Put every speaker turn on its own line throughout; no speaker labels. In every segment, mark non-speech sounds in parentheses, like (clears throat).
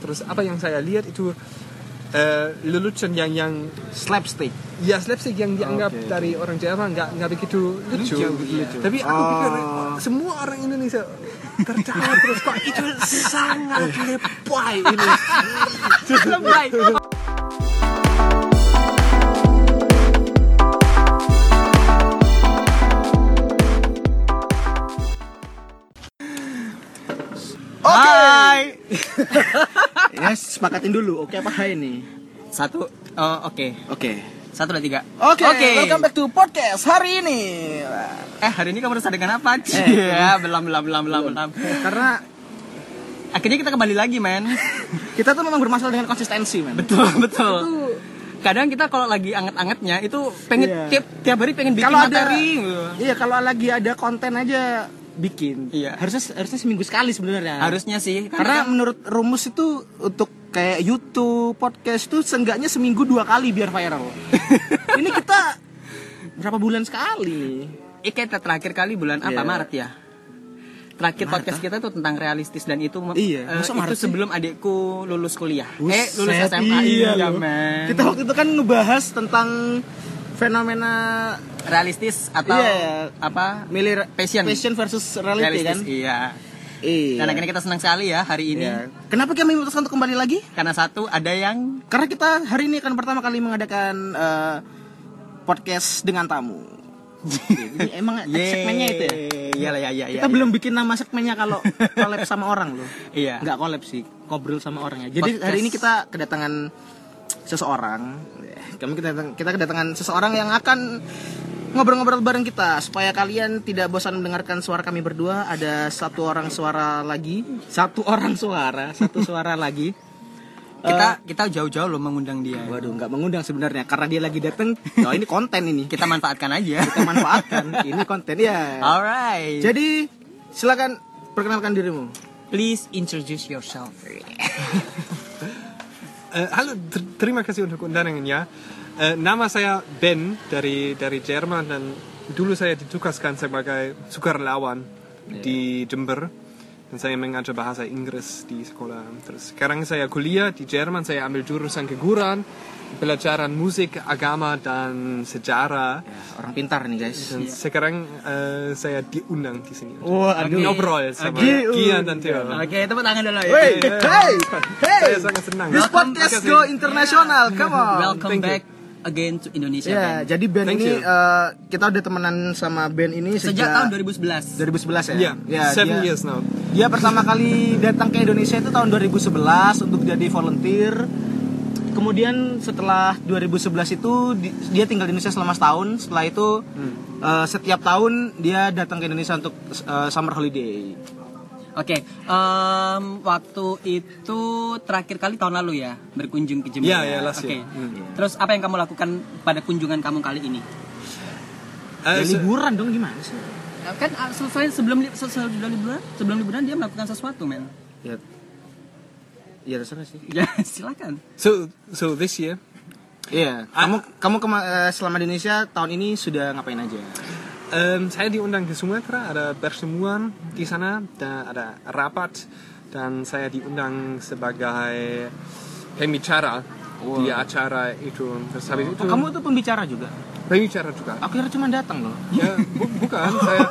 terus apa yang saya lihat itu eh, lelucon yang yang
slapstick
ya slapstick yang dianggap
Oke.
dari orang Jawa nggak nggak begitu lucu,
Lucu, begitu lucu.
tapi aku pikir
Ah.
semua orang Indonesia tertawa terus kok itu sangat lebay ini
lebay Hai
(laughs) Ya, sepakatin dulu. Oke, apa hai nih?
satu oh, oke
Oke.
satu dua tiga
Oke, welcome back to podcast hari ini.
eh hari ini kamu berusaha dengan apa (laughs)
Eh,
Iya, belum belum belum belum belum
Karena
akhirnya kita kembali lagi
(laughs)
men
kita tuh memang bermasalah dengan konsistensi, men.
betul betul kadang kita kalau lagi anget-angetnya itu pengen
Iya.
tiap tiap hari pengen bikin
Kalau ada-
materi
Iya, kalau lagi ada konten aja bikin.
Iya.
Harusnya harusnya seminggu sekali sebenarnya.
harusnya sih kan
Karena menurut rumus itu untuk kayak YouTube, podcast tuh seenggaknya seminggu dua kali biar viral. ini kita berapa bulan sekali?
Eh, kayak terakhir kali bulan apa
Iya. ah.
Maret ya? Terakhir podcast kita tuh tentang realistis dan itu
Iya,
eh,
masa
itu
Maret sih?
sebelum adikku lulus kuliah. eh,
Buset,
lulus SMA. Iya,
loh.
men.
Kita waktu itu kan ngebahas tentang fenomena
realistis atau
Iya.
apa?
milih
Passion.
passion versus reality
Kan realistis,
kan.
Iya.
Iya.
Dan akhirnya kita senang sekali ya hari ini.
Iya. Kenapa kami memutuskan untuk kembali lagi?
Karena satu ada yang
Karena kita hari ini akan pertama kali mengadakan eh, podcast dengan tamu.
(laughs)
Jadi emang ada
Yeay.
segmennya itu ya.
Iya lah, iya iya.
Kita belum bikin nama segmennya (laughs) kalau collab sama orang loh.
Iya.
Nggak collab sih, ngobrol sama orang ya. Jadi
Podcast.
hari ini kita kedatangan seseorang. Kami kedatang- kita kedatangan seseorang yang akan ngobrol-ngobrol bareng kita supaya kalian tidak bosan mendengarkan suara kami berdua. Ada satu orang suara lagi, satu orang suara, satu suara lagi.
kita
eh.
kita jauh-jauh loh mengundang dia.
(laughs) Waduh, nggak mengundang sebenarnya karena dia lagi datang. Oh, ini konten ini.
Kita manfaatkan aja.
Kita (laughs) manfaatkan. Ini konten ya.
(laughs) Alright.
Jadi, silakan perkenalkan dirimu.
please introduce yourself.
Eh, halo ter- terima kasih untuk undangannya Eh, nama saya Ben dari dari Jerman dan dulu saya ditugaskan sebagai sukarelawan
Iya.
di Jember dan saya mengajar bahasa Inggris di sekolah terus sekarang saya kuliah di Jerman saya ambil jurusan keguruan pelajaran musik agama dan sejarah
Orang pintar nih, guys.
dan sekarang eh, saya diundang di sini
Wah,
Untuk ngobrol ya sama
Diundang.
Gian dan Theo
Oke, tepuk tangan dulu ya.
Hey, hey, hey.
Saya sangat senang.
This
Welcome, makasih.
podcast go international. Come on.
Welcome
Thank you.
back again to Indonesia.
Ya,
Band.
jadi band
Thank
ini
you.
eh, kita udah temenan sama band ini
Sejak
sejak,
tahun 2011.
2011 ya.
Yeah,
Ya,
Iya, seven
dia-
years now.
Dia pertama kali datang ke Indonesia itu tahun 2011 untuk jadi volunteer. Kemudian setelah 2011 itu di- dia tinggal di Indonesia selama setahun. Setelah itu eh, setiap tahun dia datang ke Indonesia untuk eh, summer holiday.
Oke, em, waktu itu terakhir kali tahun lalu ya berkunjung ke Jember.
Iya,
ya?
iya, last
Oke.
year. Hmm.
Terus apa yang kamu lakukan pada kunjungan kamu kali ini?
Eh,
Ya,
se-
liburan dong gimana sih?
Eh, Kan ah, selesai sebelum li- se- sebelum liburan, sebelum liburan dia melakukan sesuatu, men.
Ya, ya terserah sih.
(laughs) Ya, silakan.
So, so this year,
Iya. Kamu kamu kema- eh, selama di Indonesia tahun ini sudah ngapain aja?
ähm, saya diundang ke Sumatera, ada pertemuan di sana, da, ada rapat, dan saya diundang sebagai pembicara di acara itu. Terus habis itu,
Oh, kamu itu pembicara juga.
pembicara juga.
Aku kira cuma datang loh.
Ya, bu- bukan, saya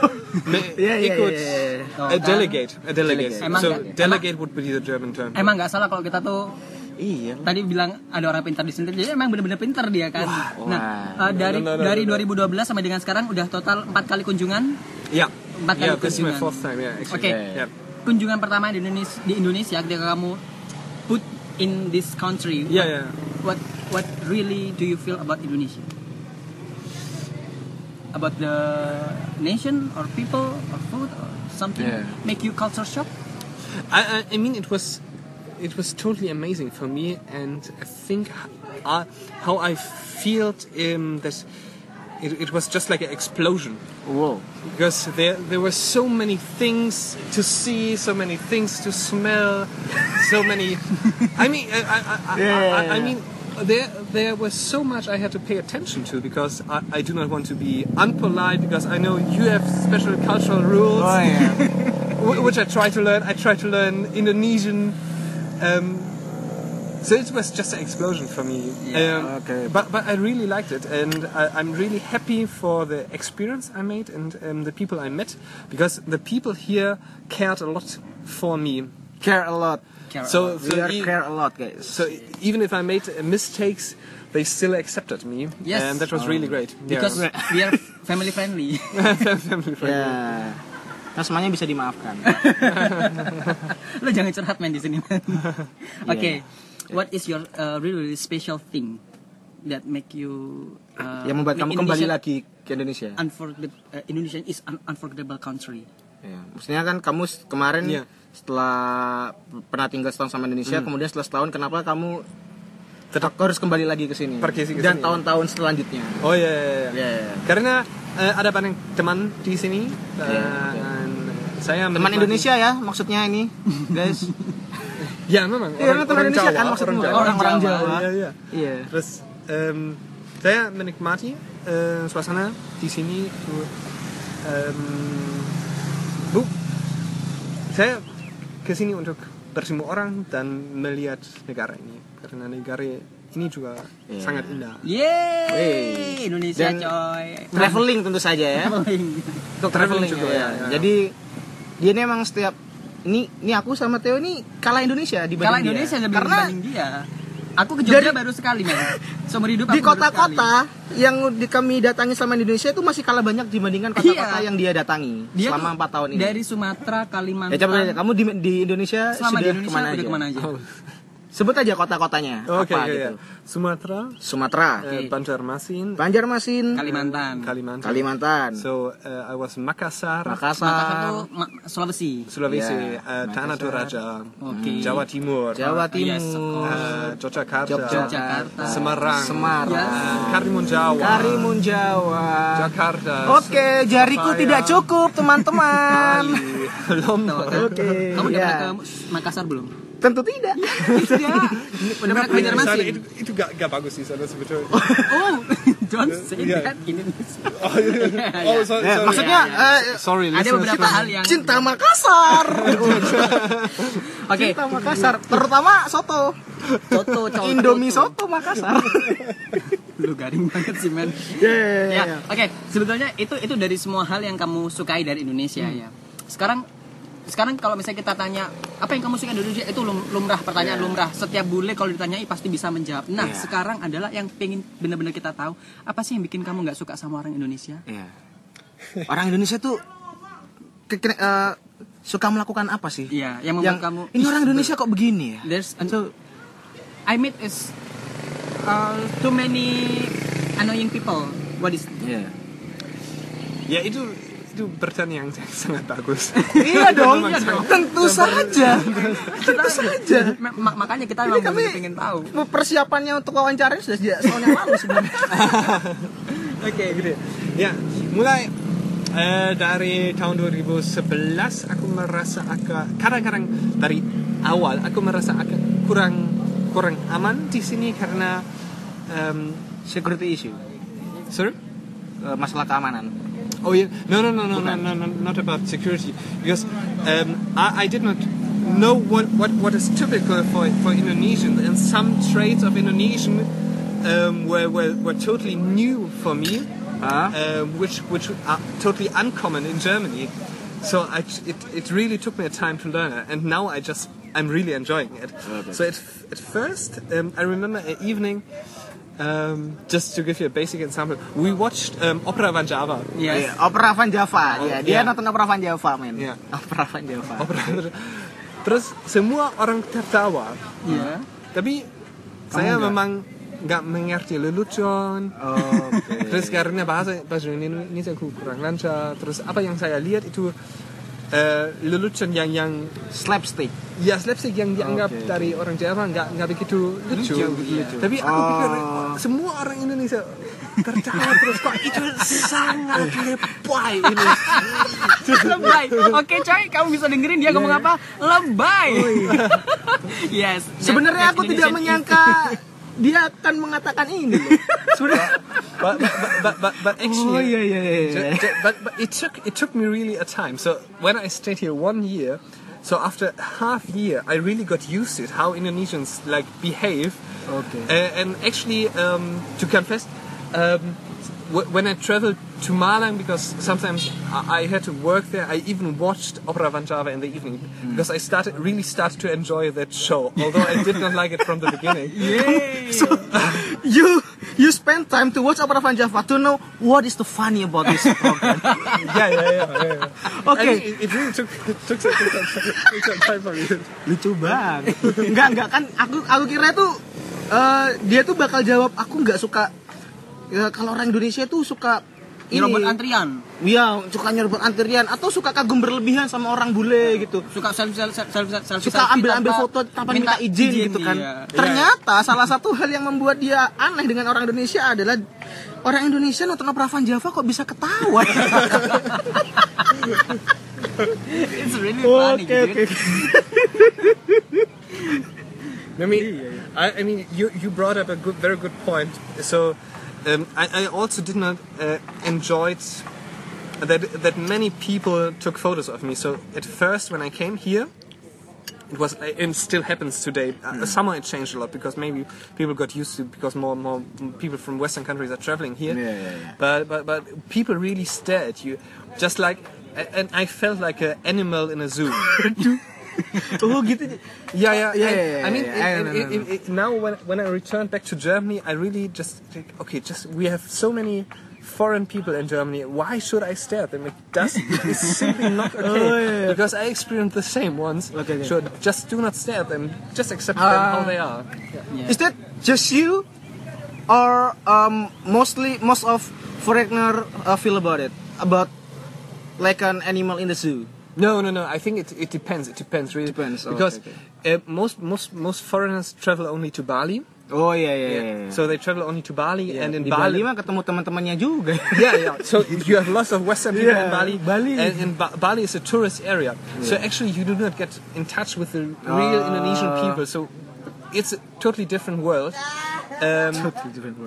me-
Iya, iya,
ikut
iya, iya,
iya.
a delegate, a delegate.
Emang
So,
nggak-
delegate would be the German term.
Emang nggak salah kalau kita tuh
Iya.
tadi bilang ada orang pintar di sini jadi emang bener-bener pintar dia kan nah
wah.
eh, dari
No, no, no,
dari
no,
2012 sampai dengan sekarang udah total empat kali kunjungan
Yeah,
Empat kali
yeah, this is my
kunjungan.
fourth time, yeah, actually.
Oke.
Yeah.
kunjungan pertama di Indonesia di Indonesia ketika kamu put in this country
Yeah, yeah.
what what really do you feel about Indonesia about the nation or people or food or something
Yeah.
make you culture shock
I, I, I mean, it was it was totally amazing for me, and I think h- uh, how I felt um, that it, it was just like an explosion
Wow.
because there there were so many things to see, so many things to smell, so many. I mean, I, I, I,
Yeah.
I, I, I mean. There, there was so much I had to pay attention to because I, I do not want to be unpolite because I know you have special cultural rules
Oh iya.
wh- which I try to learn. I try to learn Indonesian Um, so it was just an explosion for me.
Yeah,
Um,
okay.
But but I really liked it, and I, I'm really happy for the experience I made and um, the people I met, because the people here cared a lot for me.
(laughs) Care a lot.
Care
so
a
so
lot.
We are
e-
care a lot, guys.
so even if I made uh, mistakes, they still accepted me,
Yes.
and that was really great. Yeah.
Because we
(laughs)
are family friendly.
ya. Kan semuanya bisa
(laughs)
dimaafkan.
Lo jangan curhat main di sini. man. (laughs) Oke.
(laughs) Yeah.
What is your uh, really, really special thing that make you uh,
yang Ya, membuat
make
kamu kembali
Indonesia
lagi ke Indonesia.
unforget- uh, Indonesia is an unforgettable country.
Ya, Maksudnya kan kamu s- kemarin
Iya. Hmm.
setelah p- pernah tinggal setahun sama Indonesia, kemudian setelah setahun kenapa kamu tetap harus kembali lagi ke sini
Pergi sih ke
dan
sini.
tahun-tahun selanjutnya.
Oh ya, ya, ya.
Ya, ya.
Karena eh, ada banyak teman di sini. eh,
Ya, ya.
dan saya
Teman
menikmati-
Indonesia ya maksudnya ini, guys.
(laughs) Ya memang.
Iya, teman Indonesia kan
orang
maksudmu.
Jawa.
Orang-orang
Jawa.
Jawa.
Iya, iya.
Iya.
Terus em, saya menikmati eh, suasana di sini. tuh, em, bu, saya ke sini untuk bertemu orang dan melihat negara ini karena negara ini juga
Iya.
sangat indah.
Yeay,
Wey.
Indonesia
Dan- (laughs)
coy.
Traveling tentu saja
(laughs)
ya.
Traveling.
Untuk traveling juga ya.
ya.
Jadi dia ini emang setiap ini ini aku sama Theo ini kalah Indonesia dibanding
Kalau
dia.
Indonesia lebih
karena
dibanding dia. Aku ke Jogja
Dari-
baru sekali,
(laughs)
men. Seumur hidup
di
aku baru sekali.
kota-kota yang di kami datangi selama di Indonesia itu masih kalah banyak dibandingkan kota-kota
Iya.
yang dia datangi
Dia
selama
tuh
empat tahun ini.
Dari Sumatera, Kalimantan.
ya coba aja, kamu di, di Indonesia
selama
sudah
di Indonesia
kemana
udah
aja? Oh.
kemana aja?
Sebut aja kota-kotanya
Oke,
apa
oke,
gitu.
ya. Sumatera,
Sumatera,
eh, Banjarmasin,
Banjarmasin,
Kalimantan.
Kalimantan.
Kalimantan,
So uh, I was in Makassar,
Makassar tuh
Makassar,
Ma- Sulawesi.
Sulawesi,
Yeah,
uh, Tanah Toraja,
Okay.
Jawa Timur,
Jawa
Yes, of
Timur,
uh, Yogyakarta,
Yogyakarta.
Semarang,
Semarang,
uh,
Ya.
Karimun Jawa,
Karimun Jawa.
Jakarta,
Oke, jariku
Surabaya,
tidak cukup,
(laughs)
teman-teman.
Bali, Lombok.
Oke,
kan? Kamu udah
ya.
pernah ke Makassar
(laughs)
belum?
Tentu tidak.
Iya, Tidak. Udah
Iya.
pernah ke
Di sana
Banjarmasin?
itu, itu gak, gak bagus sih sana sebetulnya.
Oh, (laughs) don't say
Iya.
that in Indonesia.
Oh,
(laughs)
iya. oh sorry,
Ya,
sorry.
maksudnya
Iya,
eh,
sorry,
Ada
listeners.
beberapa hal yang
cinta Makassar.
(laughs) Oke.
Cinta Makassar, terutama soto.
Soto, cowok
Indomie soto
(laughs)
Makassar.
Lu garing banget sih, men.
Iya,
ya, oke. Sebetulnya itu itu dari semua hal yang kamu sukai dari Indonesia ya.
Hmm.
Sekarang sekarang kalau misalnya kita tanya apa yang kamu suka dari Indonesia itu lum- lumrah pertanyaan lumrah setiap bule kalau ditanyai pasti bisa menjawab nah
Iya.
sekarang adalah yang pengen benar-benar kita tahu apa sih yang bikin kamu nggak suka sama orang Indonesia
Iya. Orang Indonesia tuh ke- ke- eh, suka melakukan apa sih?
Iya, yang membuat kamu
Ini orang Indonesia kok begini ya?
there's an-
So,
I meet is uh, too many annoying people what is
Ya itu itu pertanyaan yang sangat bagus.
(laughs)
Iya
(laughs)
dong,
Memang sangat-
tentu saja. Tentu saja.
Ma- ma- makanya kita
Ini
memang
kami
benar-benar pengen tahu
persiapannya untuk wawancara sudah sejak tahun yang lalu sebenarnya.
(laughs) oke gitu
Gede. Ya, mulai eh, dari tahun 2011 aku merasa agak kadang-kadang dari awal aku merasa agak kurang kurang aman di sini karena em,
Security issue,
sorry?
eh, masalah keamanan.
Oh yeah, no no no no no no, no not about security because um, I, I did not know what, what, what is typical for, for Indonesian and some traits of Indonesian um, were, were, were totally new for me,
Huh?
um, which which are totally uncommon in Germany. So I, it, it really took me a time to learn it, and now I just I'm really enjoying it. So at, at first um, I remember an evening. Um, just to give you a basic example, we watched um, Opera Van Java.
yes
Iya, Opera Van Java, ya,
iya.
dia nonton Opera Van Java men.
Iya.
(laughs)
Oh.
Opera Van
(laughs)
Java.
Terus semua orang tertawa,
iya
tapi saya memang nggak mengerti lelucon.
Oh, Oke.
(laughs) Terus karena bahasa bahasa Indonesia aku kurang lancar. Terus apa yang saya lihat itu eh, lelucon yang yang
Slapstick.
ya slapstick yang dianggap
Oke.
dari orang Jawa nggak nggak begitu lucu.
Lucu, lucu.
Tapi aku
Oh.
pikir semua orang Indonesia tertawa terus kok itu
(laughs)
sangat lebay ini.
(laughs) lebay oke coy kamu bisa dengerin dia
Iya.
ngomong apa lebay (laughs) yes that-
Oh, Sebenarnya
that's
aku tidak
Indonesian
(laughs)
menyangka dia akan mengatakan ini. loh. Sebenarnya.
but, but, but, but, but actually,
Oh, yeah, yeah, yeah,
ju-
yeah.
ju- but, but it took it took me really a time. So when I stayed here one year, So after half year, I really got used to it, how Indonesians like behave.
Okay.
Uh, and actually, um, to confess, um, w- when I traveled to Malang, because sometimes I-, I had to work there, I even watched Opera Vanjava in the evening
Hmm.
because I started really started to enjoy that show, although I did not like it from the
(laughs)
beginning.
You you spend time to watch Opera Van Java to know what is the funny about this
(laughs)
program.
yeah, yeah, yeah. yeah, yeah.
Okay.
I mean, it, it really took took some, took some, (laughs) took some time for me.
Lucu banget. Enggak enggak kan aku aku kira tuh eh, dia tuh bakal jawab aku nggak suka ya, kalau orang Indonesia tuh suka ini
Nyerobot antrian,
Iya, suka nyerobot antrian atau suka kagum berlebihan sama orang bule
Iya.
gitu.
suka selfie selfie selfie selfie
suka
selfie
ambil-ambil
tanpa
foto tanpa minta, izin, gitu kan.
iya.
Ternyata salah satu hal yang membuat dia aneh dengan orang Indonesia adalah orang Indonesia nonton opera Van Java kok bisa ketawa. (laughs)
Iya, It's really
Oh,
funny. dude.
I mean, I, I mean, you you brought up a good, very good point. So, um, I, I also did not uh, enjoy it that that many people took photos of me. So at first, when I came here, it was and still happens today.
Hmm.
Uh, summer it changed a lot because maybe people got used to it because more and more people from Western countries are traveling here.
Yeah, yeah, yeah.
But but but people really stare at you, just like. And I felt like an animal in a zoo.
oh gitu.
Yeah, yeah, I,
Yeah, yeah, yeah,
I mean, it-
yeah, I
it-
know, I
it- it- now when when I returned back to Germany, I really just think, okay, just we have so many foreign people in Germany. Why should I stare at them? It (laughs) does. it's simply not okay.
yeah, yeah.
Because I experienced the same once.
Okay, okay.
So just do not stare at them. Just accept them how
Ah.
they are.
Is that just you or um, mostly most of foreigner uh, feel about it about like an animal in the zoo?
No, no, no. I think it, it depends. It depends really.
Depends, okay,
Because
okay.
Uh, most most most foreigners travel only to Bali.
Oh iya iya iya. iya.
So they travel only to Bali, and in
di
Bali,
Bali mah ketemu teman-temannya juga. (laughs)
yeah, yeah. So you have lots of Western people in
Yeah,
Bali.
Bali.
And, and ba- Bali is a tourist area. So actually, you do not get in touch with the real
Ah.
Indonesian people. So it's a totally different world. Um,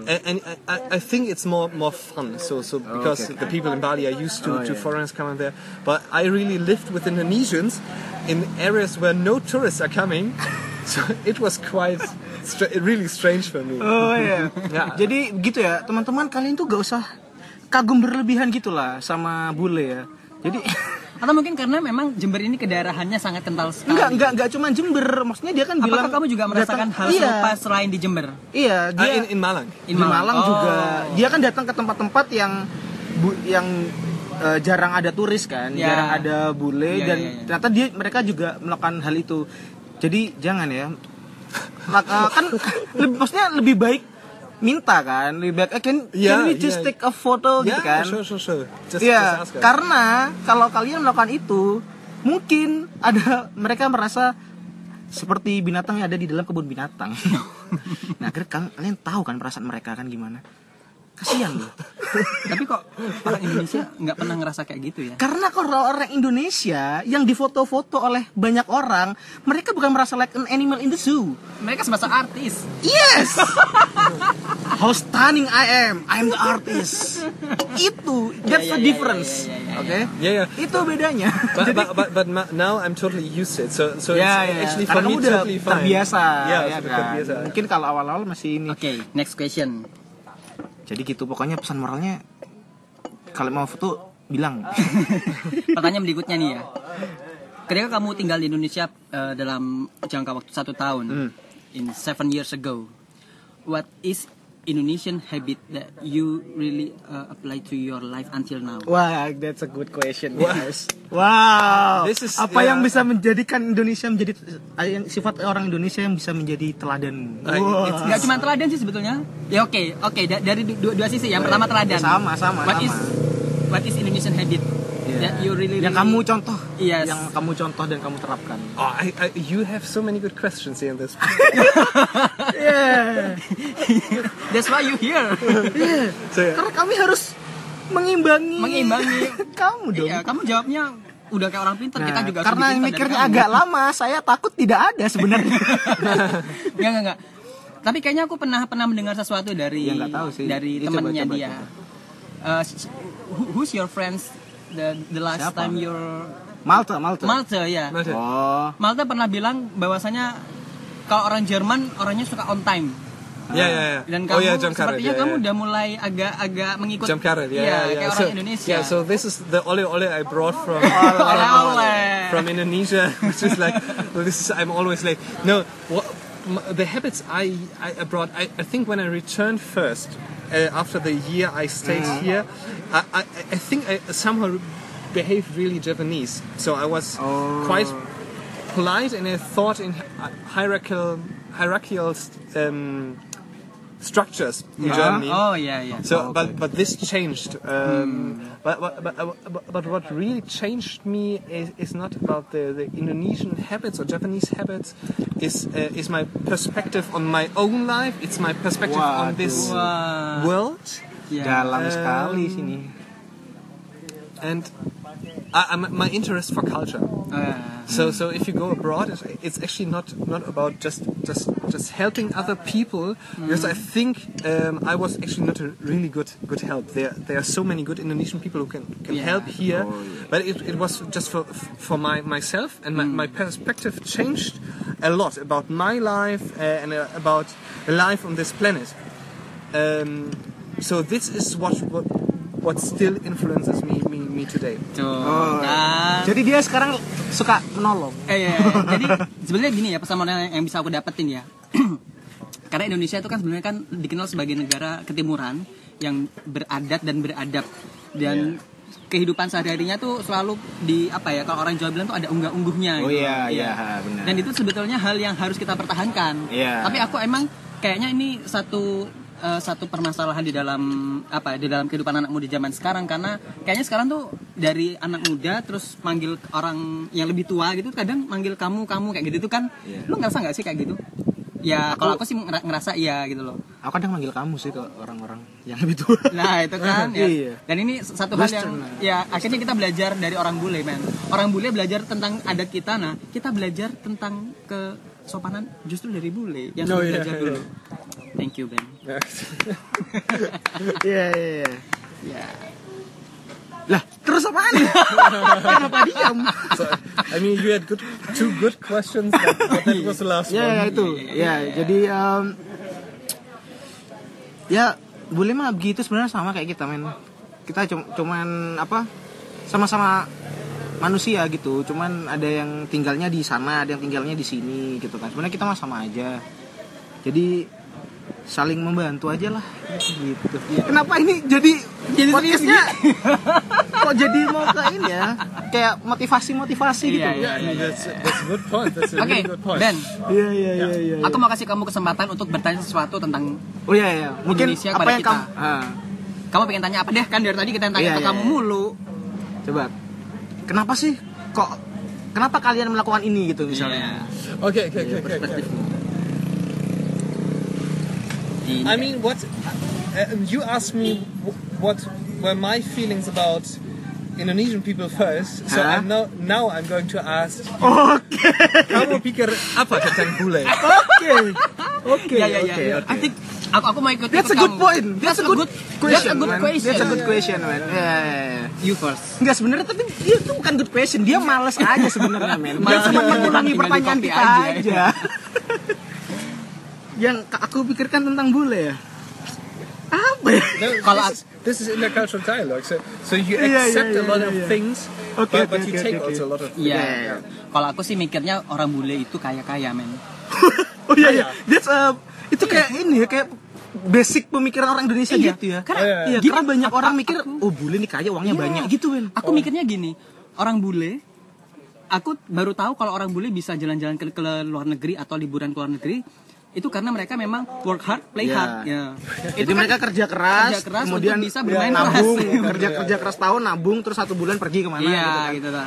and, and I- I, I think it's more more fun. So so because
Ah, okay.
the people in Bali are used to,
Oh,
to
yeah.
foreigners coming there. But I really lived with Indonesians in areas where no tourists are coming. (laughs) so it was quite stra- really strange for
(laughs)
me. Uh,
Oh iya.
Ya.
Jadi gitu ya, teman-teman kalian tuh gak usah kagum berlebihan gitulah sama bule ya. Jadi (laughs)
Atau mungkin karena memang Jember ini kedarahannya sangat kental sekali.
enggak enggak enggak cuma Jember, maksudnya dia kan
Nah,
bilang
iya. Apakah kamu juga merasakan
datang-
hal Ah,
iya,
serupa selain di Jember?
Iya,
Uh,
dia
in, in Malang.
In
di Malang
Oh.
juga. Dia kan datang ke tempat-tempat yang bu- yang eh, jarang ada turis kan,
Ya.
jarang ada bule
Ya,
dan
ya, ya.
ternyata dia mereka juga melakukan hal itu. Jadi jangan ya. Lak- eh, kan lebih, maksudnya lebih baik minta kan, lebih baik eh, can, can
Ya,
we just
ya.
take a photo
Yeah,
gitu
Ya,
kan.
sure, sure, sure. Just,
Iya,
just ask us.
karena kalau kalian melakukan itu, mungkin ada mereka merasa seperti binatang yang ada di dalam kebun
(laughs)
binatang. nah, akhirnya kan- kalian tahu kan perasaan mereka kan gimana? Kasihan loh.
Tapi kok orang Indonesia nggak pernah ngerasa kayak gitu ya?
Karena kalau orang Indonesia yang difoto-foto oleh banyak orang, mereka bukan merasa like an animal in the zoo.
Mereka semasa artis. (laughs)
Yes. How stunning I am. I'm the
(laughs)
artist. Itu that's
Ya, ya, ya,
the
ya, ya,
difference.
ya, ya, ya.
Oke.
Ya, ya.
Itu bedanya.
(laughs)
but,
Jadi-
but, but, but ma- now I'm totally used to it. So, so
ya,
it's
ya.
actually
Karena
for me
kamu udah
totally fine.
terbiasa,
Yeah,
ya
sudah
kan?
terbiasa.
Mungkin kalau awal-awal masih ini.
Oke, next question.
Jadi gitu, pokoknya pesan moralnya kalau mau foto bilang. (laughs)
Pertanyaan berikutnya nih ya. Ketika kamu tinggal di Indonesia eh, dalam jangka waktu satu
Hmm.
tahun, in seven years ago, what is Indonesian habit that you really uh, apply to your life until now?
Wah, that's a good question.
Wah.
guys. Wow.
This is-
Apa
ya.
yang bisa menjadikan Indonesia menjadi eh, yang sifat orang Indonesia yang bisa menjadi teladan?
Like,
Wah.
it's-
Gak cuma teladan sih sebetulnya. Ya oke, oke da- dari du- dua, dua sisi. Yang pertama teladan.
Iya, Sama, sama,
What
sama.
is what is Indonesian habit
Ya.
that you really
yang
really-
kamu contoh,
Yes.
yang kamu contoh dan kamu terapkan.
Oh, I, I, you have so many good questions here in
(laughs)
this.
(laughs) That's why you here.
(laughs)
So, yeah.
Karena kami harus mengimbangi
Mengimbangi.
(laughs) kamu dong.
Iya, kamu jawabnya udah kayak orang pintar, kita
Nah,
juga harus
karena
lebih pintar
mikirnya
dari kamu. (laughs)
agak lama, saya takut tidak ada sebenarnya.
Enggak, enggak, enggak. Tapi kayaknya aku pernah pernah mendengar sesuatu dari
Ya, nggak tahu sih.
dari
Ya, coba,
temannya
coba,
dia. Eh, who- who's your friends the the last
Siapa?
time your
Malta, Malta.
Malte ya.
Malte.
Oh.
Malte pernah bilang bahwasanya kalau orang Jerman orangnya suka on time.
Ya, ya, ya.
Dan kamu
oh, yeah, Jim Carrey.
sepertinya
yeah,
kamu
yeah.
udah mulai agak-agak mengikuti
Jim Carrey, yeah,
Iya,
yeah, yeah.
kayak
so,
orang Indonesia.
Yeah, so this is the ole ole I brought
(laughs)
from
Oleh-oleh.
from Indonesia, (laughs) which is like well, this is I'm always late. No, what, m- the habits I I brought. I, I think when I returned first uh, after the year I stayed here, I, I I think I somehow behaved really Japanese. So I was quite polite and I thought in hi- uh, hierarchical hierarchical um, structures in
Yeah.
Germany.
Oh iya iya.
So, but but this changed. Um, but, but, but, but but what really changed me is, is not about the, the Indonesian habits or Japanese habits. Is uh, is my perspective on my own life. It's my perspective on this
Wah.
world.
Eh, Iya.
Dalam
Um,
sekali sini.
And I, I'm- my interest for culture.
Ah.
So, so if you go abroad, it's, it's actually not, not about just, just, just helping other people.
Mm-hmm.
Because I think um, I was actually not a really good, good help. There, there are so many good Indonesian people who can, can
Yeah.
help here. But it, it was just for, for my, myself, and my,
Mm.
my perspective changed a lot about my life uh, and uh, about life on this planet. Um, so this is what, what, what still influences me, me, me
(laughs)
today.
Tuh.
Oh.
Kan.
Jadi dia sekarang suka menolong.
Eh, iya, iya. Jadi sebenarnya gini ya pesan moral yang bisa aku dapetin ya. (clears throat) Karena Indonesia itu kan sebenarnya kan dikenal sebagai negara ketimuran yang beradat dan beradab
Iya.
dan kehidupan sehari-harinya tuh selalu di apa ya kalau orang Jawa bilang tuh ada unggah-ungguhnya
Oh,
gitu.
iya, iya, ha, benar.
Dan itu sebetulnya hal yang harus kita pertahankan.
Iya.
Tapi aku emang kayaknya ini satu eh, satu permasalahan di dalam apa ya, di dalam kehidupan anakmu di zaman sekarang karena kayaknya sekarang tuh dari anak muda terus manggil orang yang lebih tua gitu kadang manggil kamu kamu kayak gitu tuh kan
Iya.
lu ngerasa nggak sih kayak gitu ya kalau aku sih ngera- ngerasa iya gitu loh
Aku kadang manggil kamu sih ke orang-orang yang lebih (laughs) tua.
nah itu kan ya.
Iya.
dan ini satu hal yang ya akhirnya kita belajar dari orang bule men orang bule belajar tentang adat kita nah kita belajar tentang kesopanan justru dari bule yang
Oh,
sudah
iya,
belajar
iya.
dulu thank you Ben
Iya, iya, iya.
ya
Lah, terus (laughs) apaan? Kenapa diam?
So, I mean, you had good, two good questions, but, but that was the
(laughs)
last
Ya, ya
one.
itu. Ya, jadi em, ya boleh mah begitu sebenarnya sama kayak kita men. Kita cum- cuman apa? Sama-sama manusia gitu. Cuman ada yang tinggalnya di sana, ada yang tinggalnya di sini gitu kan. Sebenarnya kita mah sama aja. Jadi saling membantu aja lah gitu. Kenapa ini jadi jadi podcastnya (laughs) kok jadi mau ke ini ya? Kayak motivasi-motivasi gitu.
Iya, iya.
Yeah, I mean, that's, that's a good point. That's a
oke
really good point.
Ben
Iya, iya, iya, iya.
aku mau kasih kamu kesempatan untuk bertanya sesuatu tentang
Oh iya iya, mungkin
Indonesia
apa
kepada
yang
kita.
kamu Ah,
kamu pengen tanya apa deh kan dari tadi kita yang tanya
Iya,
ke
iya,
kamu
iya.
mulu
coba. Kenapa sih kok kenapa kalian melakukan ini gitu misalnya?
misalnya
Okay, okay, okay, okay. okay.
Di-
I mean, what uh, you asked me wh- what were my feelings about Indonesian people first, so
Huh?
I'm now now I'm going to ask. Kamu pikir apa tentang
(laughs)
bule?
Oke. Oke.
Ya, ya, ya.
oke, oke.
I think aku, aku mau ikut
That's
ikut
a good
kamu.
point.
That's, a good That's a good
man.
question.
That's a good question, man. Ya, ya, ya.
You first.
Enggak sebenarnya tapi dia tuh bukan good question, dia males aja sebenarnya, men. Dia cuma
Males.
mengurangi
Tinggal
pertanyaan
di
kita
copy
aja. (laughs)
aja.
yang aku pikirkan tentang bule ya. Apa ya?
No,
Kalau
this, is, this is intercultural dialogue. So, so you
Yeah, yeah,
accept a
yeah,
lot
yeah,
of
yeah.
things,
Okay,
but, but
okay,
you
okay,
take
okay,
also a lot of.
Iya.
Iya.
Kalau aku sih mikirnya orang bule itu kaya-kaya, men.
oh iya iya. That's a itu kayak ini ya kayak basic pemikiran orang Indonesia
Iya,
gitu ya.
karena-
Iya.
iya,
gini,
karena banyak
aku-
orang
aku-
mikir oh bule nih kaya uangnya
Iya.
banyak gitu kan.
Aku mikirnya gini, orang bule aku baru tahu kalau orang bule bisa jalan-jalan ke, ke luar negeri atau liburan ke luar negeri itu karena mereka memang work hard, play
Iya.
hard. Ya.
Jadi mereka kerja keras,
kerja keras
kemudian Iya,
untuk bisa bermain
nabung,
keras.
kerja kerja keras tahun nabung terus satu bulan pergi kemana
Iya,
gitu kan.
gitu lah.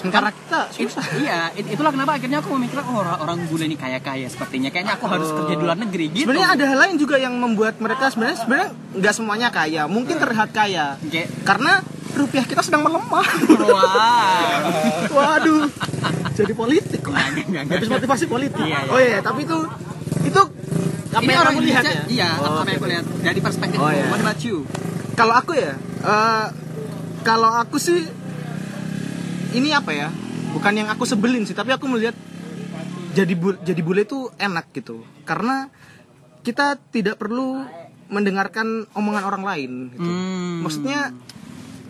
Sementara kita
It-
susah.
iya, it- itulah kenapa akhirnya aku memikirkan oh, orang, orang bule ini kaya-kaya sepertinya. Kayaknya aku harus kerja di luar negeri gitu.
Sebenarnya ada hal lain juga yang membuat mereka sebenarnya sebenarnya nggak semuanya kaya, mungkin terlihat kaya.
Kayak
Karena rupiah kita sedang melemah.
(laughs) Wow.
Waduh, jadi politik kok.
enggak, enggak.
Habis motivasi politik.
Iya, iya.
Oh iya, tapi itu itu apa
Ini
yang
orang
kamu lihat
Indonesia,
ya?
iya,
Oh,
apa yang aku lihat dari perspektif
Oh, iya.
What about you?
Kalau aku ya, eh, kalau aku sih ini apa ya? bukan yang aku sebelin sih tapi aku melihat jadi bu- jadi bule itu enak gitu karena kita tidak perlu mendengarkan omongan orang lain gitu.
Hmm.
maksudnya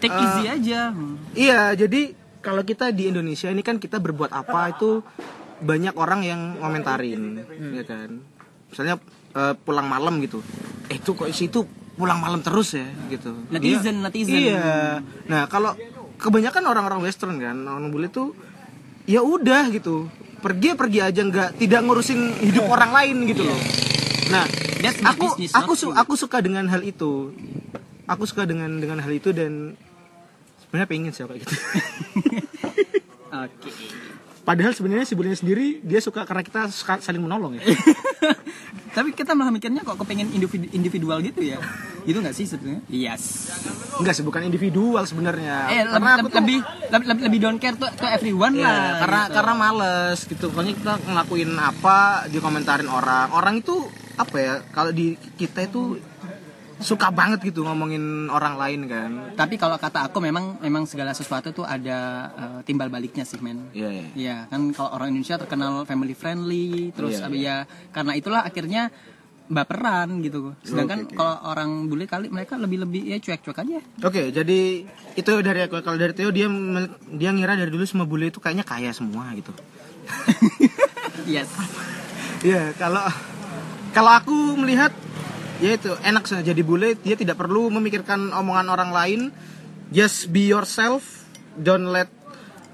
Take
Eh,
easy aja. Hmm,
Iya, jadi kalau kita di Indonesia ini kan kita berbuat apa itu banyak orang yang ngomentarin, ya kan. Misalnya eh, pulang malam gitu, eh itu kok isi itu pulang malam terus ya gitu.
Netizen,
Dia-
netizen.
Iya. Nah kalau kebanyakan orang-orang Western kan, orang bule tuh ya udah gitu, pergi ya pergi aja nggak tidak ngurusin hidup orang lain gitu loh. Nah,
That's my
aku
business,
aku
not
su-
you.
aku suka dengan hal itu. Aku suka dengan dengan hal itu dan sebenarnya pengen sih aku kayak gitu. (laughs)
Oke.
Padahal sebenarnya si bulannya sendiri dia suka karena kita suka saling menolong
(laughs)
ya.
Tapi kita malah mikirnya kok kepengen individu- individual gitu ya. Itu nggak sih sebetulnya?
Iya.
Yes.
Enggak sih, bukan individual sebenarnya.
Eh, lebih,
karena aku tuh-
lebih, lebih, lebih, lebih don't care to, to everyone
Iya,
lah.
karena
gitu.
karena males gitu. Pokoknya kita ngelakuin apa dikomentarin orang. Orang itu apa ya? Kalau di kita itu suka banget gitu ngomongin orang lain kan.
Tapi kalau kata aku memang memang segala sesuatu tuh ada eh, timbal baliknya sih men.
Iya, iya.
Iya kan kalau orang Indonesia terkenal family friendly terus
Iya,
abis ya karena itulah akhirnya baperan gitu. Sedangkan kalau orang bule kali mereka lebih lebih ya cuek-cuek
(laughs)
aja.
Oke, jadi itu dari aku. Kalau dari Theo dia mel- dia ngira dari dulu semua bule itu kayaknya kaya semua gitu.
yes.
Iya, kalau kalau aku melihat ya itu enak sih jadi bule dia tidak perlu memikirkan omongan orang lain. Just be yourself. Don't let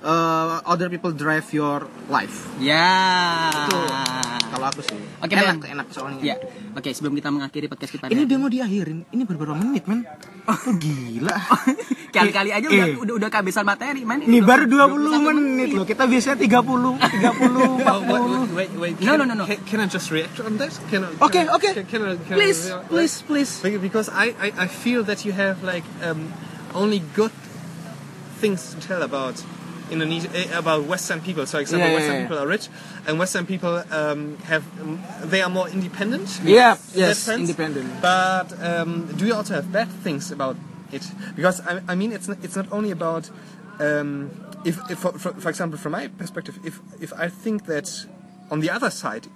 uh, other people drive your life.
Ya.
Itu kalau aku sih.
Oke,
enak,
Ben.
enak soalnya.
Ya. Oke, sebelum kita mengakhiri podcast kita
Ini
hari
udah mau diakhirin. Ini beberapa menit, men. Oh, gila.
Kali-kali aja udah,
Eh.
udah udah kehabisan materi, man.
(laughs) Ini
Udah-
baru
21
20 menit loh. Kita biasanya 30, (laughs) 30, 40.
Wait, wait.
No, no, no, no.
Can, can I just react on that? Can I,
Okay,
can I-
okay.
Can, can I, can
Please,
I, like-
please, please.
Be- Because I, I, I feel that you have like um, only good things to tell about Indonesia eh, about Western people. So, example,
Yeah, yeah,
Western
yeah.
people are rich, and Western people um, have um, they are more independent.
Yep,
in that
yes,
sense.
independent.
But um, do you also have bad things about it? Because I, I mean, it's not, it's not only about um, if, if for, for, for example, from my perspective, if if I think that on the other side.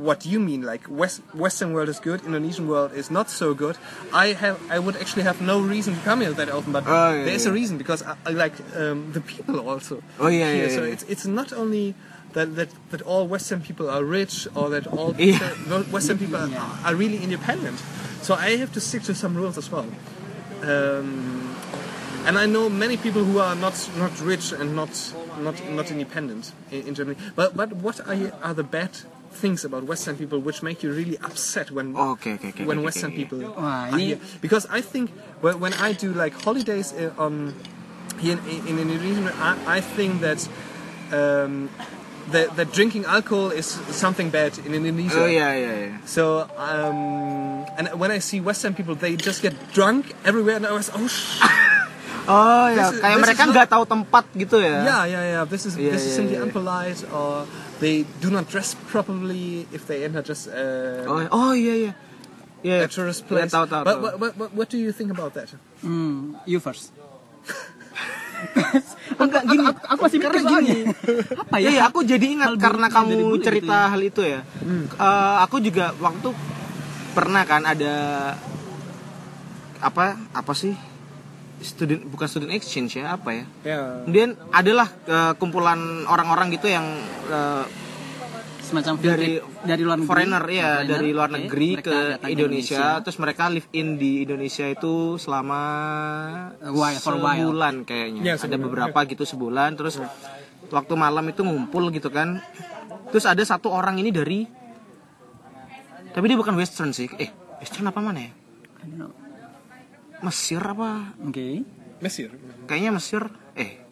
What you mean, like West, Western world is good, Indonesian world is not so good. I have, I would actually have no reason to come here that often, but
Oh, yeah,
there is
yeah.
a reason because I, I like um, the people also.
Oh, yeah,
here.
yeah,
So
yeah.
it's it's not only that, that that all Western people are rich or that all
Yeah.
people- Western people are, are really independent. So I have to stick to some rules as well. Um, and I know many people who are not not rich and not not not independent in, in Germany. But but what are you, are the bad things about Western people which make you really upset when
Okay, okay, okay,
when
okay,
Western
okay, yeah.
people
Wah,
are here?
ini-
Because I think when, when I do like holidays uh, on here in, in Indonesia, I, I think that. Um, that, that drinking alcohol is something bad in Indonesia.
Oh iya iya iya.
So, um, and when I see Western people, they just get drunk everywhere, and I was, oh, sh-
Oh ya,
This is-
kayak
this
mereka
is not-
nggak tahu tempat gitu ya.
yeah, yeah, yeah, this is
Yeah,
this
yeah,
is simply
yeah, yeah.
unpolite, or they do not dress properly if they enter just uh,
Oh, oh iya iya.
a
Iya.
tourist place.
Iya, tahu tahu.
but
tahu.
what, what, what, what do you think about that?
Hmm, you first.
(laughs) Enggak gini.
Aku, aku masih mikir
karena
soalnya.
gini.
Apa
Iya,
ya?
iya, aku jadi ingat
Hal buruk
karena
yang
kamu
dari bule
cerita
gitu ya.
hal itu ya. Eh, aku juga waktu pernah kan ada apa apa sih student bukan student exchange ya apa ya
Yeah.
kemudian adalah eh, kumpulan orang-orang gitu yang eh,
semacam field
dari
trip dari luar negeri
foreigner ya
Foreigner,
dari luar
oke.
negeri
Mereka
ke
datang
Indonesia, terus mereka live in di Indonesia itu selama
A while, for a while.
sebulan kayaknya
Ya,
ada
sebulan,
beberapa gitu sebulan terus waktu malam itu ngumpul gitu kan terus ada satu orang ini dari tapi dia bukan Western sih eh Western apa mana ya
I don't know.
Mesir apa
oke
Messier.
kayaknya Mesir eh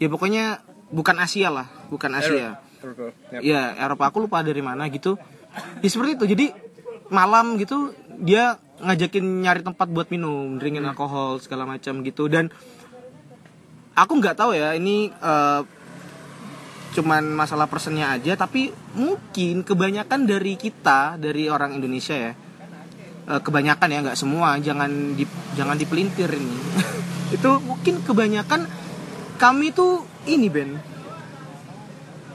ya pokoknya bukan Asia lah bukan Asia
Arab. Yep.
ya Eropa aku lupa dari mana gitu ya seperti itu jadi malam gitu dia ngajakin nyari tempat buat minum drinking alkohol segala macam gitu dan aku nggak tahu ya ini eh, cuman masalah persennya aja tapi mungkin kebanyakan dari kita dari orang Indonesia ya eh, kebanyakan ya nggak semua jangan di, jangan (laughs) dipelintir ini itu mungkin kebanyakan kami tuh ini Ben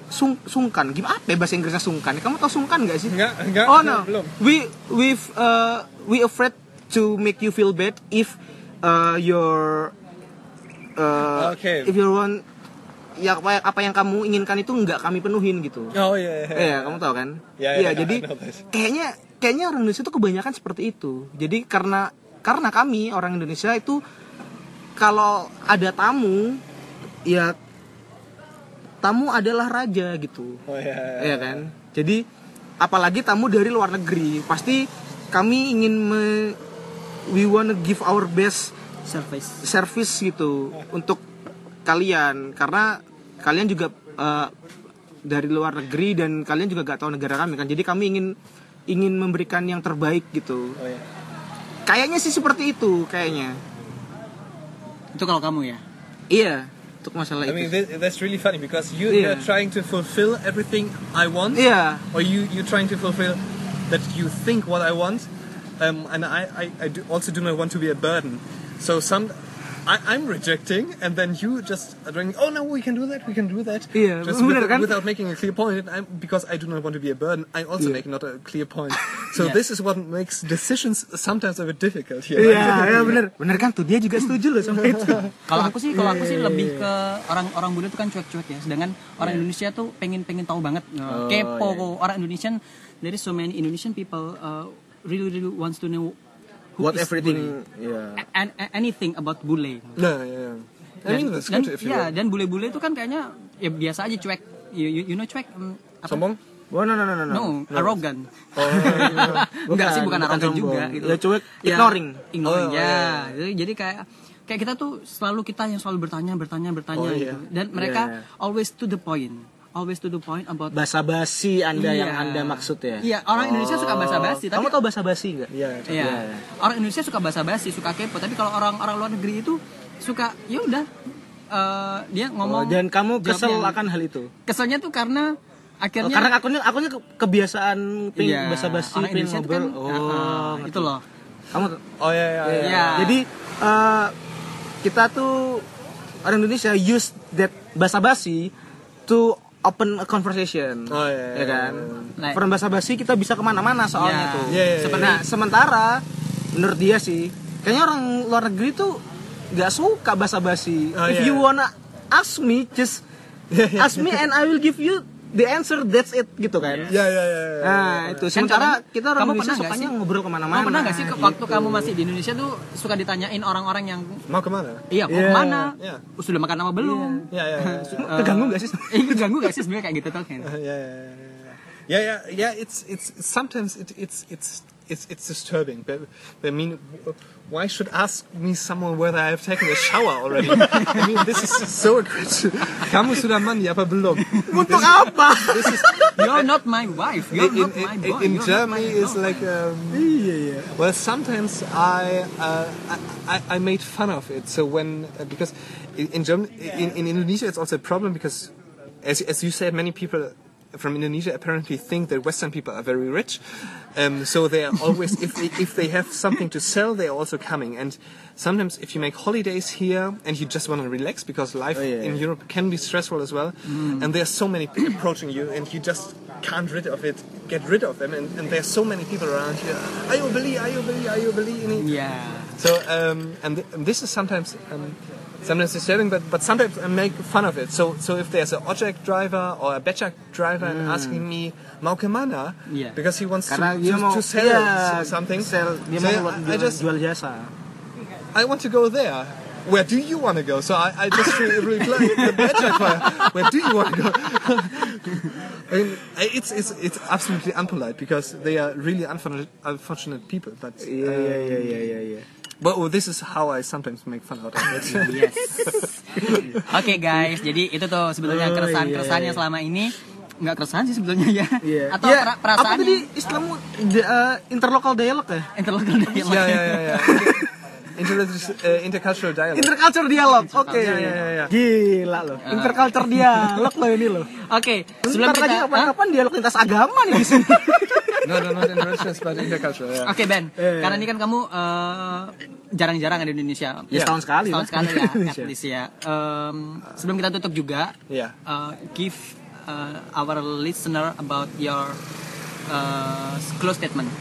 sung, sungkan gimana apa ya bahasa Inggrisnya sungkan kamu tau sungkan nggak sih
Nggak, nggak,
oh no
belum.
we we uh, we afraid to make you feel bad if uh, your uh,
Okay.
if you want ya apa, apa yang kamu inginkan itu nggak kami penuhin gitu
Oh iya.
(laughs) Iya, kamu tahu kan?
Iya,
Iya,
iya, I
jadi
know this.
kayaknya kayaknya orang Indonesia itu kebanyakan seperti itu. Jadi karena karena kami orang Indonesia itu kalau ada tamu ya tamu adalah raja gitu.
Oh iya.
Iya kan? Jadi apalagi tamu dari luar negeri, pasti kami ingin me- we wanna give our best
Surface.
service gitu untuk kalian karena kalian juga eh, dari luar negeri dan kalian juga gak tahu negara kami kan jadi kami ingin ingin memberikan yang terbaik gitu
Oh iya.
kayaknya sih seperti itu kayaknya
Itu kalau kamu ya.
iya untuk masalah
I mean,
itu
this, that's really funny because you,
Yeah.
you're trying to fulfill everything I want,
iya
or you, you're trying to fulfill that you think what I want, um, and I, I, I do also do not want to be a burden. So some, I, I'm rejecting, and then you just are doing, oh no, we can do that, we can do that.
Yeah,
just
bener
with-
kan?
without making a clear point, I'm, because I do not want to be a burden, I also
Yeah.
make not a clear point. So
Yeah.
this is what makes decisions sometimes a bit difficult here.
iya iya bener bener kan tuh dia juga setuju loh sama
(laughs)
itu
Kalau aku sih, kalau aku sih
Iya.
lebih ke orang-orang bule itu kan cuek-cuek ya. Sedangkan orang Indonesia tuh pengen-pengen tahu banget,
Oh,
Nah, kepo.
iya,
Orang Indonesian, there is so many Indonesian people uh, really really wants to know who
What
is
everything-
bule.
Iya.
yeah.
A- and, and anything about bule.
No, yeah. I mean, that's
dan,
good if you
ya, dan bule-bule itu kan kayaknya ya biasa aja cuek. You, you, you know cuek? mm, apa?
someone.
oh no no no no, no.
No, arrogant.
Bukan,
(laughs) Enggak sih bukan
bukan
arogan
sombong.
juga gitu.
Ya, cuek, ignoring.
Ignoring
Oh,
ya.
iya,
Jadi- Jadi kayak kayak kita tuh selalu kita yang selalu bertanya, bertanya, bertanya
Oh, iya.
gitu. Dan mereka
Iya,
always to the point. Always to the point about
bahasa basi anda yang
Iya.
anda maksud ya
Iya, orang Indonesia suka basa-basi, tapi
kamu tahu bahasa basi nggak
Yeah.
Iya. Orang Indonesia suka basa-basi, suka kepo, tapi kalau orang-orang luar negeri itu suka ya udah eh, dia
oh,
ngomong
dan kamu kesel
jawabnya-
akan hal itu
keselnya tuh karena
Oh,
akhirnya
karena akunya akunya ke- kebiasaan ping
Iya,
basa-basi
orang
ping
Indonesia tuh
ngobrol.
kan,
oh,
ah, ah,
ngerti.
gitu.
itu loh.
Kamu
Oh yeah, yeah. yeah.
Iya.
Jadi eh, kita tuh orang Indonesia use that basa-basi to open a conversation.
Oh, iya, iya,
ya kan?
iya. Like-
From basa-basi kita bisa kemana mana soalnya
Iya.
tuh.
Iya, iya,
Sebenarnya sementara menurut dia sih kayaknya orang luar negeri tuh nggak suka basa-basi.
Oh,
If
iya.
you wanna ask me just ask me and I will give you the answer. That's it
Iya.
gitu kan.
Yeah, yeah, yeah. yeah.
Nah, itu
Kan
sementara
kamu-
kita orang
kamu
Indonesia
pernah nggak
sukanya
sih?
ngobrol kemana Gitu. mana
Kamu pernah nggak sih ke- waktu kamu masih di Indonesia tuh suka ditanyain orang-orang yang
Mau kemana?
iya mau
Iya,
kemana? "Oh,
iya.
Sudah makan apa belum?
Ya ya ya.
Keganggu nggak sih?
(laughs) Eh, ganggu gak sih sebenarnya kayak gitu tuh
(laughs)
kan?
yeah, yeah, yeah, yeah, yeah. It's it's sometimes it, it's it's it's it's disturbing. But I mean, w- why should ask me someone whether I have taken a shower already? (laughs) I mean, this is so aggressive. Kamu sudah mandi apa belum?
Untuk apa?
This is
You're not my wife,
in, in,
you're not my
in-
boy.
in
you're not
Germany
my
is
girl.
like um, Well, sometimes I, uh, I, I I made fun of it. So when uh, because in, in Germany, in, in Indonesia, it's also a problem because, as as you said, many people from Indonesia apparently think that Western people are very rich. Um, so they are always
(laughs)
if they, if they have something to sell, they are also coming. And sometimes if you make holidays here and you just want to relax because
Oh,
life
yeah,
in Europe can be stressful as well,
Mm.
and there's so many people approaching you, and you just can't rid of it, get rid of them, and, and there's so many people around you. Are you believe? Are you believe? Are you believe?
Iya.
So um, and, th- and this is sometimes um, sometimes disturbing, but but sometimes I make fun of it. So so if there's an object driver or a Becak driver and asking me Maukemana,
Yeah.
because he wants to,
Mm. Karena dia
to-
mau
to sell
iya,
s- something,
sell- dia
so
mau
I-
buat
I
jual,
just
jual jasa.
I want to go there. Where do you want to go? So I, I just re- (laughs) reply the Magic Fire. Where do you want to go? (laughs) I mean, I- it's, it's, it's absolutely unpolite because they are really unfortunate, unfortunate people. But,
Iya
uh,
iya iya iya iya. iya.
but well, this is how I sometimes make fun out of it.
Yes. Oke guys, jadi itu tuh sebetulnya
Oh, iya,
keresahan-keresahannya
iya.
selama ini nggak keresahan sih sebetulnya ya.
Iya.
Atau
Iya,
pera- perasaan
apa tadi istilahmu Di- eh, interlocal dialog ya?
interlocal dialog.
yeah, yeah, yeah. (laughs) yeah. Interreligious, uh, intercultural
(laughs)
dialogue.
Interculture dialog. Oke.
Iya, iya, iya, iya.
Gila loh. Interculture dialog loh ini loh.
Oke, sebelum
Sebelum
kita
lagi
Hah?
kapan dialog lintas agama nih di sini.
no, no, not interreligious, but intercultural. Yeah.
Oke Ben, karena ini kan kamu eh, jarang-jarang ada di Indonesia.
Ya, setahun sekali lah. (laughs) Iya.
Setahun sekali ya, at
Indonesia.
least ya. Em, sebelum kita tutup juga,
Iya.
eh, give uh, our listener about your uh, close statement.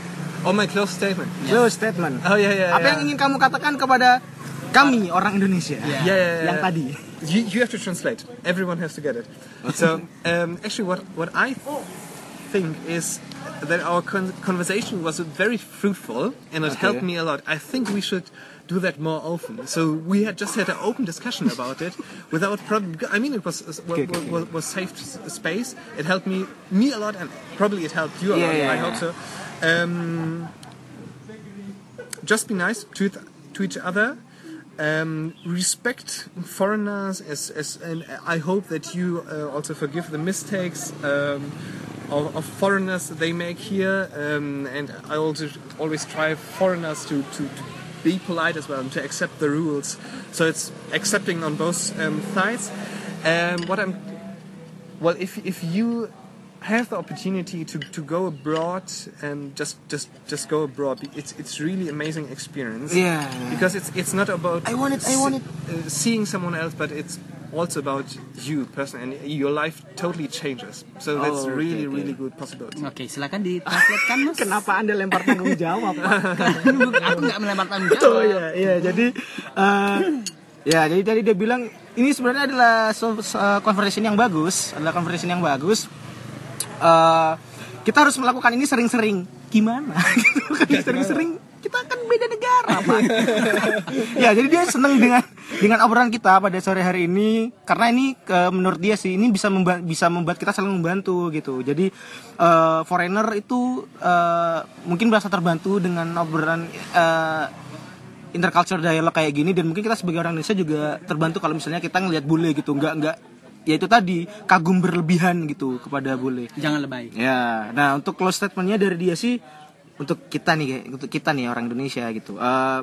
Oh, my close statement.
So statement.
Oh, yeah, yeah.
Apa yang ingin kamu katakan kepada kami orang Indonesia
Yeah,
Yeah.
yeah, yeah,
yang
yeah.
tadi?
You, you have to translate. Everyone has to get it. So,
(laughs)
um, actually, what, what I think is that our con- conversation was very fruitful and it
Okay.
helped me a lot. I think we should do that more often. So, we had just had an open discussion about it without problem. I mean, it was, was,
Okay, okay,
was, was, safe s- space. It helped me, me a lot, and probably it helped you a
Yeah,
lot.
yeah,
I
yeah.
hope so. Um, just be nice to, th- to each other um, respect foreigners as, as and I hope that you uh, also forgive the mistakes um, of, of foreigners they make here um, and I also always try foreigners to, to, to be polite as well and to accept the rules so it's accepting on both um, sides um, what I'm well if, if you have the opportunity to, to go abroad and just just just go abroad it's it's really amazing experience
Yeah.
because it's it's not about
I want it, I want it.
uh, seeing someone else, but it's also about you person and your life totally changes. So that's
Oh, okay,
really
okay.
really good possibility.
Oke, silakan ditranslatekan mas.
Kenapa anda lempar tanggung jawab? Pak?
(laughs) Aku nggak melempar tanggung
Betul
jawab.
ya, iya jadi eh, ya jadi tadi dia bilang ini sebenarnya adalah so- so- eh, conversation yang bagus, adalah conversation yang bagus. Eh, kita harus melakukan ini sering-sering. Gimana? (laughs) Gitu kan, sering-sering kita akan beda negara, Pak. (laughs) ya, jadi dia seneng dengan dengan obrolan kita pada sore hari ini karena ini eh, menurut dia sih ini bisa memba- bisa membuat kita saling membantu gitu. Jadi eh, foreigner itu eh, mungkin merasa terbantu dengan obrolan eh, interculture dialog kayak gini dan mungkin kita sebagai orang Indonesia juga terbantu kalau misalnya kita ngelihat bule gitu nggak nggak ya itu tadi kagum berlebihan gitu kepada bule
Jangan lebay.
ya nah untuk close statementnya dari dia sih untuk kita nih kayak untuk kita nih orang Indonesia gitu Eh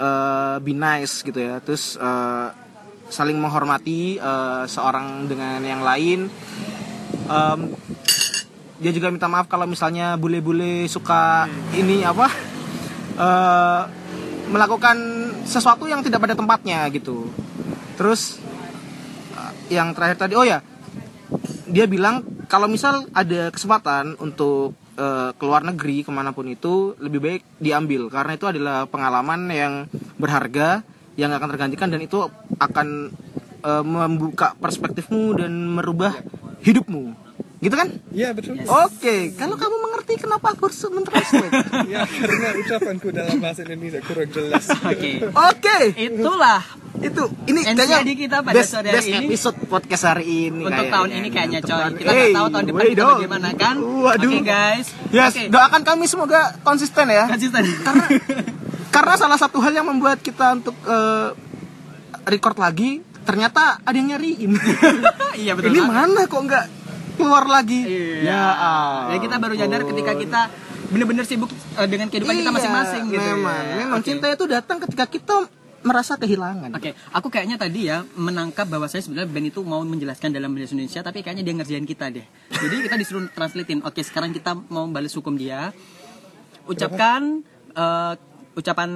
eh, be nice gitu ya terus eh, saling menghormati eh, seorang dengan yang lain Em, dia juga minta maaf kalau misalnya bule-bule suka ini apa eh, melakukan sesuatu yang tidak pada tempatnya gitu terus eh, yang terakhir tadi oh ya dia bilang kalau misal ada kesempatan untuk eh, keluar negeri kemanapun itu lebih baik diambil karena itu adalah pengalaman yang berharga yang nggak akan tergantikan dan itu akan eh, membuka perspektifmu dan merubah hidupmu gitu kan
Yeah, betul.
oke kalau kamu mengerti kenapa aku harus
(laughs)
mentranslate oke
Ya, karena ucapanku dalam bahasa Indonesia kurang jelas.
Oke, itulah
itu ini
NCD
kayaknya
kita pada
best-
sore hari
best
ini.
episode podcast hari ini
untuk
kayaknya.
tahun ini kayaknya
Untuk
coy.
tahun-
Kita nggak
Hey,
tahu tahun depan
wait
kita
dong.
bagaimana kan?
Waduh.
Oke guys.
Yes,
Oke.
doakan kami semoga konsisten ya.
Konsisten.
(laughs) Karena karena salah satu hal yang membuat kita untuk eh, record lagi ternyata ada yang nyariin.
iya (laughs) betul.
Ini
banget.
mana kok nggak keluar lagi?
Iya. Ya, kita baru sadar
ampun.
ketika kita bener-bener sibuk eh, dengan kehidupan kita
Oh. Iya,
masing-masing gitu.
Memang,
ya.
memang
Oke.
cinta itu datang ketika kita merasa kehilangan.
Oke, aku kayaknya tadi ya menangkap bahwa saya sebenarnya Ben itu mau menjelaskan dalam bahasa Indonesia, tapi kayaknya dia ngerjain kita deh. Jadi kita disuruh translatein. Oke, sekarang kita mau balas hukum dia. Ucapkan eh, ucapan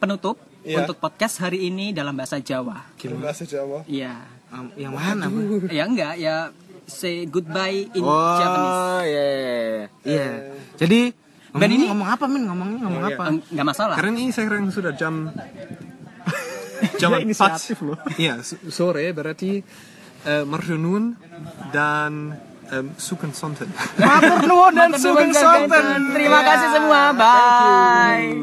penutup
Iya.
untuk podcast hari ini dalam bahasa Jawa.
Bahasa Jawa.
Iya.
Am- yang mana? Bu?
Ya enggak, ya say goodbye in
Oh,
Japanese.
iya, iya, iya. Iya. Jadi
Ben,
ngomongnya
ini-
ngomong apa min? Ngomongnya ngomong
Oh, iya.
apa?
Eng- Enggak masalah.
Karena ini sekarang sudah
(laughs)
jam jam
Dia inisiatif
empat. Iya, so- sore berarti eh, merenung dan em, sukan sonten.
Matur nuwun dan
Matur nuwun,
sugeng
Kang
sonten.
Ganten. Terima kasih semua. Bye.